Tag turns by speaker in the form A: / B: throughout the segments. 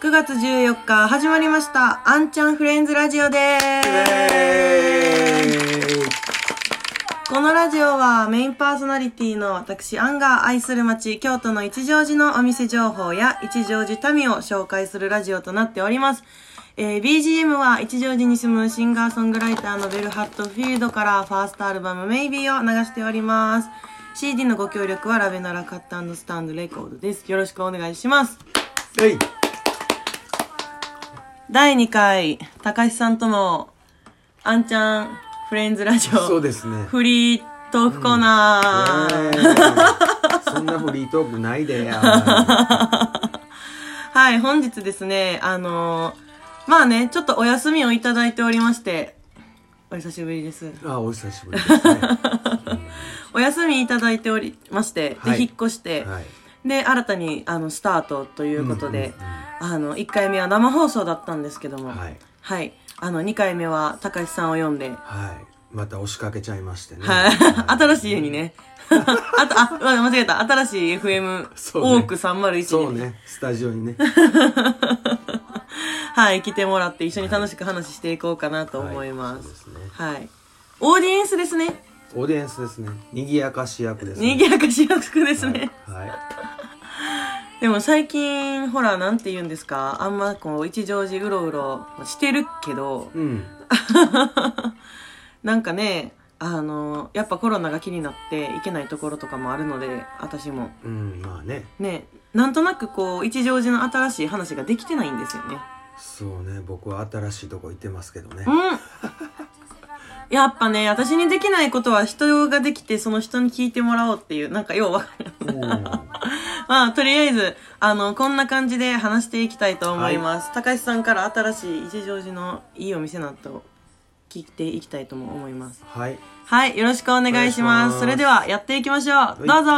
A: 9月14日始まりました。あんちゃんフレンズラジオで
B: え
A: す。このラジオはメインパーソナリティの私、アンが愛する街、京都の一乗寺のお店情報や一乗寺民を紹介するラジオとなっております。えー BGM は一乗寺に住むシンガーソングライターのベルハットフィールドからファーストアルバム Maybe を流しております。CD のご協力はラベナラカットスタンドレコードです。よろしくお願いします。
B: ーい。
A: 第2回、たかしさんとの、あんちゃんフレンズラジ
B: そう
A: オ、
B: ですね。
A: フリートークコーナー。
B: えーそんなフリートークない でや。
A: はい、本日ですね、あのーまあね、ちょっとお休みをいただいておりまして、お久しぶりです。
B: あ、お久しぶりですね。
A: お休みいただいておりまして、
B: はい
A: で、引っ越して、
B: はい。
A: で、新たに、あの、スタートということで、
B: う
A: あの、1回目は生放送だったんですけども、は
B: はいい。
A: あの、2回目は、高橋さんを読んで、
B: はい。また押しかけちゃいましてね。
A: はい。新しい家にね。 あと、あ、間違えた。新しい FM、
B: そうね
A: オーク301
B: そ
A: に
B: う
A: ね、
B: ね、スタジオにね。
A: はい、来てもらって一緒に楽しく話していこうかなと思います。
B: はいそうですね
A: はい。オーディエンスですね。
B: オーディエンスですね。賑やかし役ですね。
A: 賑やかしやすくですね。
B: はい。はい
A: でも最近、ほら、なんて言うんですか。あんまこう、一乗寺うろうろしてるけど、
B: うん。
A: なんかね、あの、やっぱコロナが気になっていけないところとかもあるので、私も。
B: うん、まあね。
A: ね、なんとなくこう、一乗寺の新しい話ができてないんですよね。
B: そうね、僕は新しいとこ行ってますけどね。
A: うん。やっぱね、私にできないことは人ができて、その人に聞いてもらおうっていう、なんかようわからん。
B: うんは
A: まあ、とりあえず、あの、こんな感じで話していきたいと思います。高橋さんから新しい一乗寺のいいお店など聞いていきたいとも思います。
B: い。
A: はい、よろしくお願いします。
B: お願いします
A: それでは、やっていきましょう。
B: い
A: どうぞ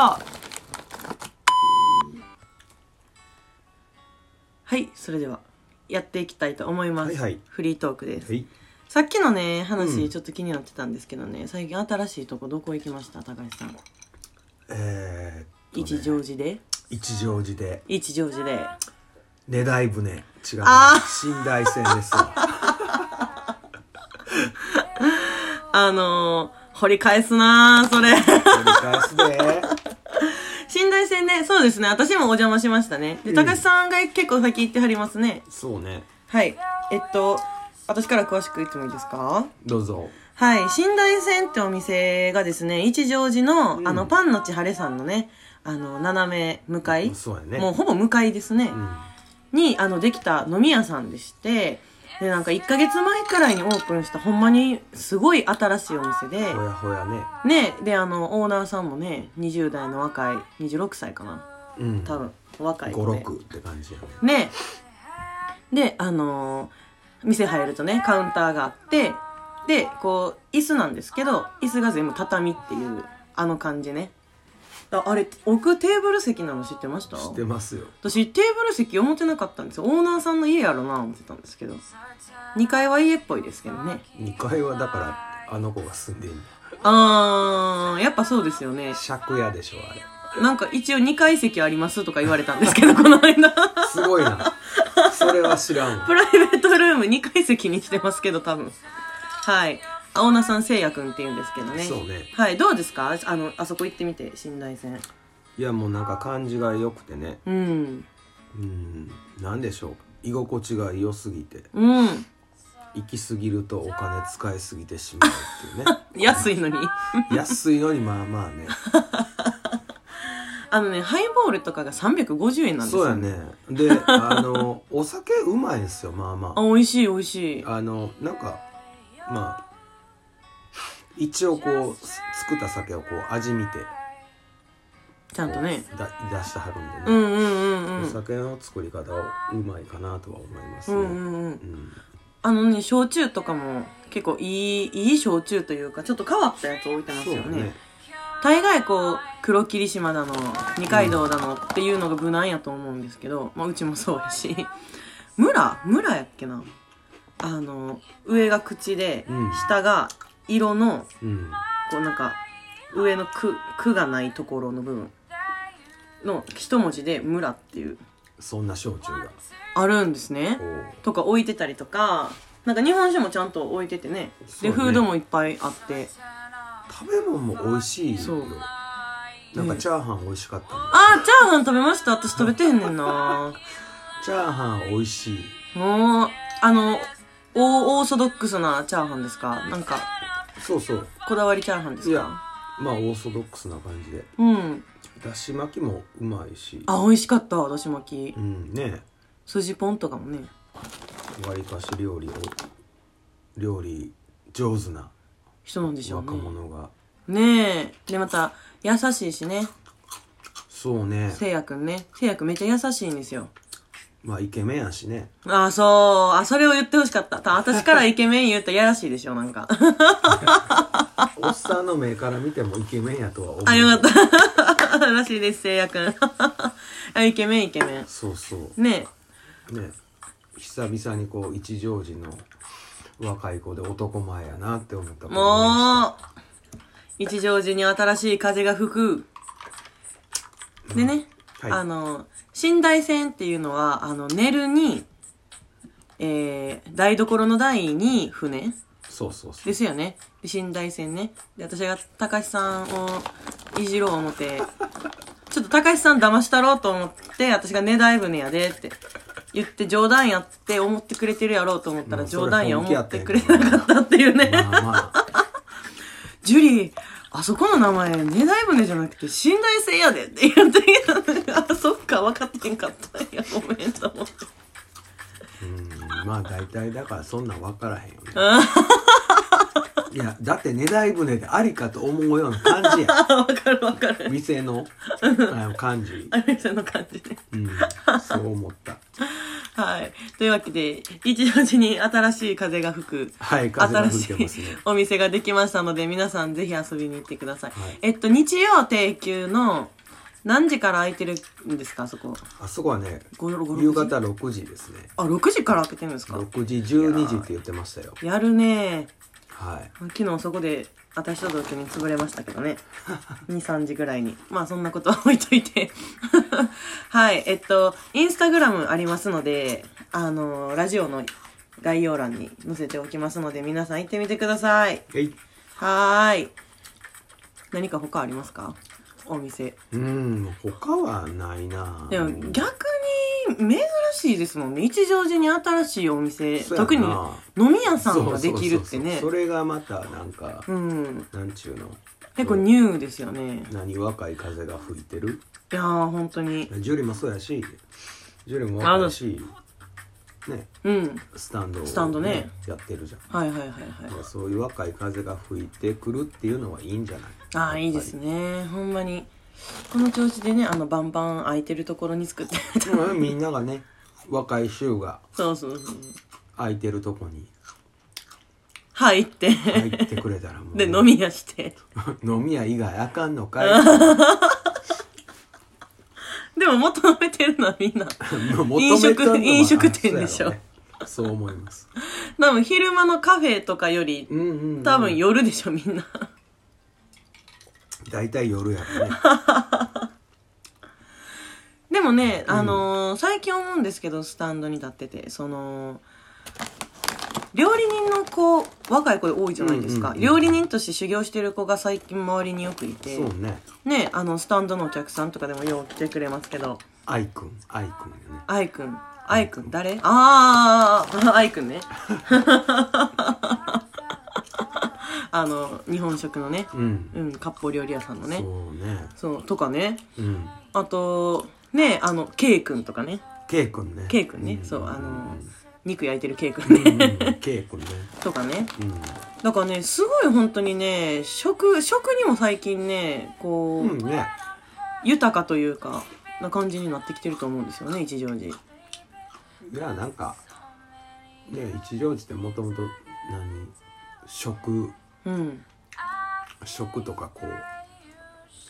A: はい、それでは、やっていきたいと思います。
B: はいはい
A: フリートークです
B: は。い。
A: さっきのね話
B: うん
A: ちょっと気になってたんですけどね、最近新しいとこどこ行きました高橋さん、
B: えーっとね
A: 一乗寺で
B: 一乗寺で。
A: 一乗寺で
B: 寝台船違うね
A: あ
B: 寝台船ですよ
A: あのー、掘り返すなーそれ
B: 繰り返すで
A: 寝台線ねそうですね私もお邪魔しましたねで
B: うん
A: 高橋さんが結構先行ってはりますね、
B: そうね
A: はいえっと私から詳しく言ってもいいですか
B: どうぞ
A: はい、寝台線ってお店がですね、一乗寺の、
B: うん
A: あの、パンのち晴れさんのね、あの、斜め向かい、
B: そうやね
A: もうほぼ向かいですね。
B: うん
A: にあのできた飲み屋さんでしてでなんか1ヶ月前くらいにオープンしたほんまにすごい新しいお店で
B: ほやほやね
A: ねであのオーナーさんもね20代の若い26歳かな
B: うん
A: 多分お若い子で
B: 56って感じやね
A: ねであのー店入るとねカウンターがあってでこう椅子なんですけど椅子が全部畳っていうあの感じねああれ奥テーブル席なの知ってました
B: 知ってますよ
A: 私テーブル席思ってなかったんですよオーナーさんの家やろな思ってたんですけど2階は家っぽいですけどね
B: 2階はだからあの子が住んでる
A: あーやっぱそうですよね
B: 借家でしょあれ
A: なんか一応2階席ありますとか言われたんですけどこの間
B: すごいなそれは知らんわ
A: プライベートルーム2階席にしてますけど多分はいあオーナーさんせいやくんって言うんですけどね
B: そうね
A: はいどうですかあのあそこ行ってみて寝台線
B: いやもうなんか感じが良くてね
A: うん
B: うんなんでしょう居心地が良すぎて
A: うん
B: 行き過ぎるとお金使いすぎてしまうっていうね
A: 安いのに
B: 安いのにまあまあね
A: あのねハイボールとかが350円なんです
B: そう
A: よ
B: やねで あのお酒うまいんですよまあま
A: あ美味しい美味しい
B: ああのなんかまあ一応こうす作った酒をこう味見て
A: ちゃんとね
B: こうだ出してはるん
A: う
B: で
A: ん
B: ね、
A: うんうんう
B: お
A: ん
B: 酒の作り方をうまいかなとは思います
A: う
B: ね、
A: ん
B: うん
A: うんうんあのね焼酎とかも結構いいいい焼酎というかちょっと変わったやつ置いてます
B: そう
A: よ
B: だ
A: ね
B: ね
A: 大概こう黒霧島だの二階堂だのっていうのが無難やと思うんですけど、まあ、うちもそうやし 村村やっけなあの上が口で
B: うん
A: 下が色の
B: うん
A: こうなんか上の「く」くがないところの部分の一文字で「村」っていう
B: そんな焼酎が
A: あるんですね
B: おう
A: とか置いてたりとかなんか日本酒もちゃんと置いててね
B: そう
A: で
B: ね
A: フードもいっぱいあって
B: 食べ物も美味しい
A: そう
B: よなんかチャーハン美味しかったの
A: あーチャーハン食べました私食べてへんねん な
B: チャーハン美味しい
A: もうあのオーオーソドックスなチャーハンですかなんか
B: そうそう
A: こだわりチャーハンです
B: いや
A: か
B: まあオーソドックスな感じで
A: うん
B: だし巻きもうまいし
A: あ美味しかっただし巻き
B: うんね
A: スジポンとかもね
B: わりかし料理を料理上手な
A: 人なんでしょう
B: 若
A: ね
B: 者が
A: ねえでまた優しいしね
B: そうね
A: せいやくんねせいやくんめっちゃ優しいんですよ
B: まあイケメンやしね
A: ああ、そう。あ、それを言ってほしかった。た私からイケメン言うとやらしいでしょ、なんか。
B: おっさんの目から見てもイケメンやとは思う
A: あ、よかった。 らしいです、せいやくん。 あ、イケメン、イケメ
B: そうそ
A: ン。ね
B: うね久々にこう一乗寺の若い子で男前やなって思った
A: え。
B: 子
A: もう、一乗寺に新しい風が吹く。でね、
B: はい
A: あの、寝台線っていうのは、あの、寝るに、えー、台所の台に船
B: そうそうそう
A: ですよね。で寝台線ね。で、私が高橋さんをいじろう思って、ちょっと高橋さん騙したろうと思って、私がねだい船やでって言って冗談やって思ってくれてるやろうと思った
B: う
A: ら
B: んそれ
A: 冗談や
B: 本
A: 思
B: 気やっ
A: ってて
B: ん
A: くれなかったっていうね。
B: まあまあ
A: ジュリー、あそこの名前、ねだい船じゃなくて寝台船やでって言ってきたのがあ、そっか、分かってへんかった。いや、ごめんと思って。
B: うんまあ大体だからそんなん分からへんよね いやだって値台船でありかと思うような感じや
A: あ、 分かる分かる。
B: 店のあの感じ
A: あれさんの感じね。
B: うんそう思った
A: はい。というわけで、一時時に新しい風が吹く。
B: はい風が吹いてま
A: 新
B: す
A: し
B: ね
A: いお店ができましたので、皆さんぜひ遊びに行ってください。
B: はい
A: えっと、日曜定休の何時から開いてるんですか、あそこ。
B: あそこはね
A: ごろごろ
B: 夕方6時ですね
A: あ、6時から開けてるんですか
B: 6時12時って言ってましたよ
A: やるね
B: はい
A: 昨日そこで私と同居に潰れましたけどね。2、3時ぐらいに。まあそんなことは置いといて。 はい。えっと、インスタグラムありますので、あの、ラジオの概要欄に載せておきますので、皆さん行ってみてください。
B: えい
A: はーい。何か他ありますかお店。
B: うん他はないな
A: でも逆に珍しいですもんね。一乗寺に新しいお店、
B: そうやな
A: 特に飲み屋さんができるって
B: そうそうそう
A: ね
B: そ。れがまたなんか
A: うん。
B: なんちゅうの
A: 結構ニューですよね。
B: 何若い風が吹いてる
A: いやー、本当に。
B: ジュリもそうやしジュリも若いしね
A: うん。
B: スタンドを、
A: スタンドね
B: やってるじゃん
A: はいはいはいはい。
B: まあそういう若い風が吹いてくるっていうのはいいんじゃない
A: ああ、いいです
B: ね
A: ね。ほんまに。この調子でね、あの、バンバン空いてるところに作って
B: みんながね若い衆が
A: そうそうそう。
B: 空いてるとこに
A: 入って、
B: 入ってくれたらも う
A: で、飲み屋して。
B: 飲み屋以外あかんのかい
A: でも求めてるのはみんな。
B: 求めてんのは
A: 飲食飲食店でしょ
B: あそうやろねそう思います
A: 多分昼間のカフェとかより
B: うんうん、うん、
A: 多分夜でしょみん な
B: 大体夜やろね
A: でもね、あのー最近思うんですけどスタンドに立っててその料理人の子若い子多いじゃないですか、
B: うんうんうん
A: 料理人として修行してる子が最近周りによくいて
B: そうね
A: ねあのスタンドのお客さんとかでもよう来てくれますけど
B: 愛くん愛くんよね
A: 愛くん愛くん誰ああ 愛くんねあの日本食のね、
B: うん、
A: うん、割烹料理屋さんのね
B: そうね
A: そうとかね
B: うん
A: あとねあの K 君とかね
B: K 君ね
A: K 君ね、
B: ん
A: そうあの肉焼いてる K
B: う
A: 君
B: ん
A: ね、
B: K 君ね
A: とかね
B: う
A: だからねすごい本当にね食食にも最近ねこう、
B: ん、うん、ね
A: 豊かというかな感じになってきてると思うんですよね一乗寺
B: いやなんかね一乗寺ってもともと何食
A: うん
B: 食とかこう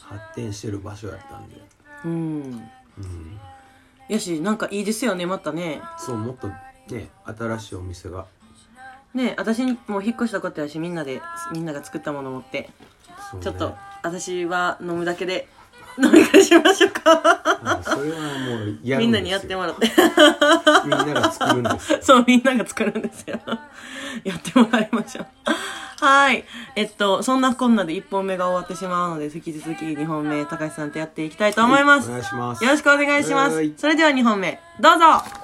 B: 発展してる場所やったんで、
A: うん
B: うん、
A: やしなんかいいですよねまたね
B: そうもっとね新しいお店が
A: ね私にもう引っ越したことやしみんなでみんなが作ったもの持って
B: そう、ね、
A: ちょっと私は飲むだけで飲み会しましょうか。
B: あそれはもうや
A: み
B: るん
A: ん
B: ですよ
A: なにやってもらって。
B: みんなが作るんですよ
A: そう、みんなが作るんですよ。 やってもらいましょう。はい。えっと、そんなこんなで1本目が終わってしまうので、引き続き2本目、高橋さんとやっていきたいと思います。
B: お願いします
A: よろしくお願いしま
B: は
A: す
B: い。
A: それでは2本目、どうぞ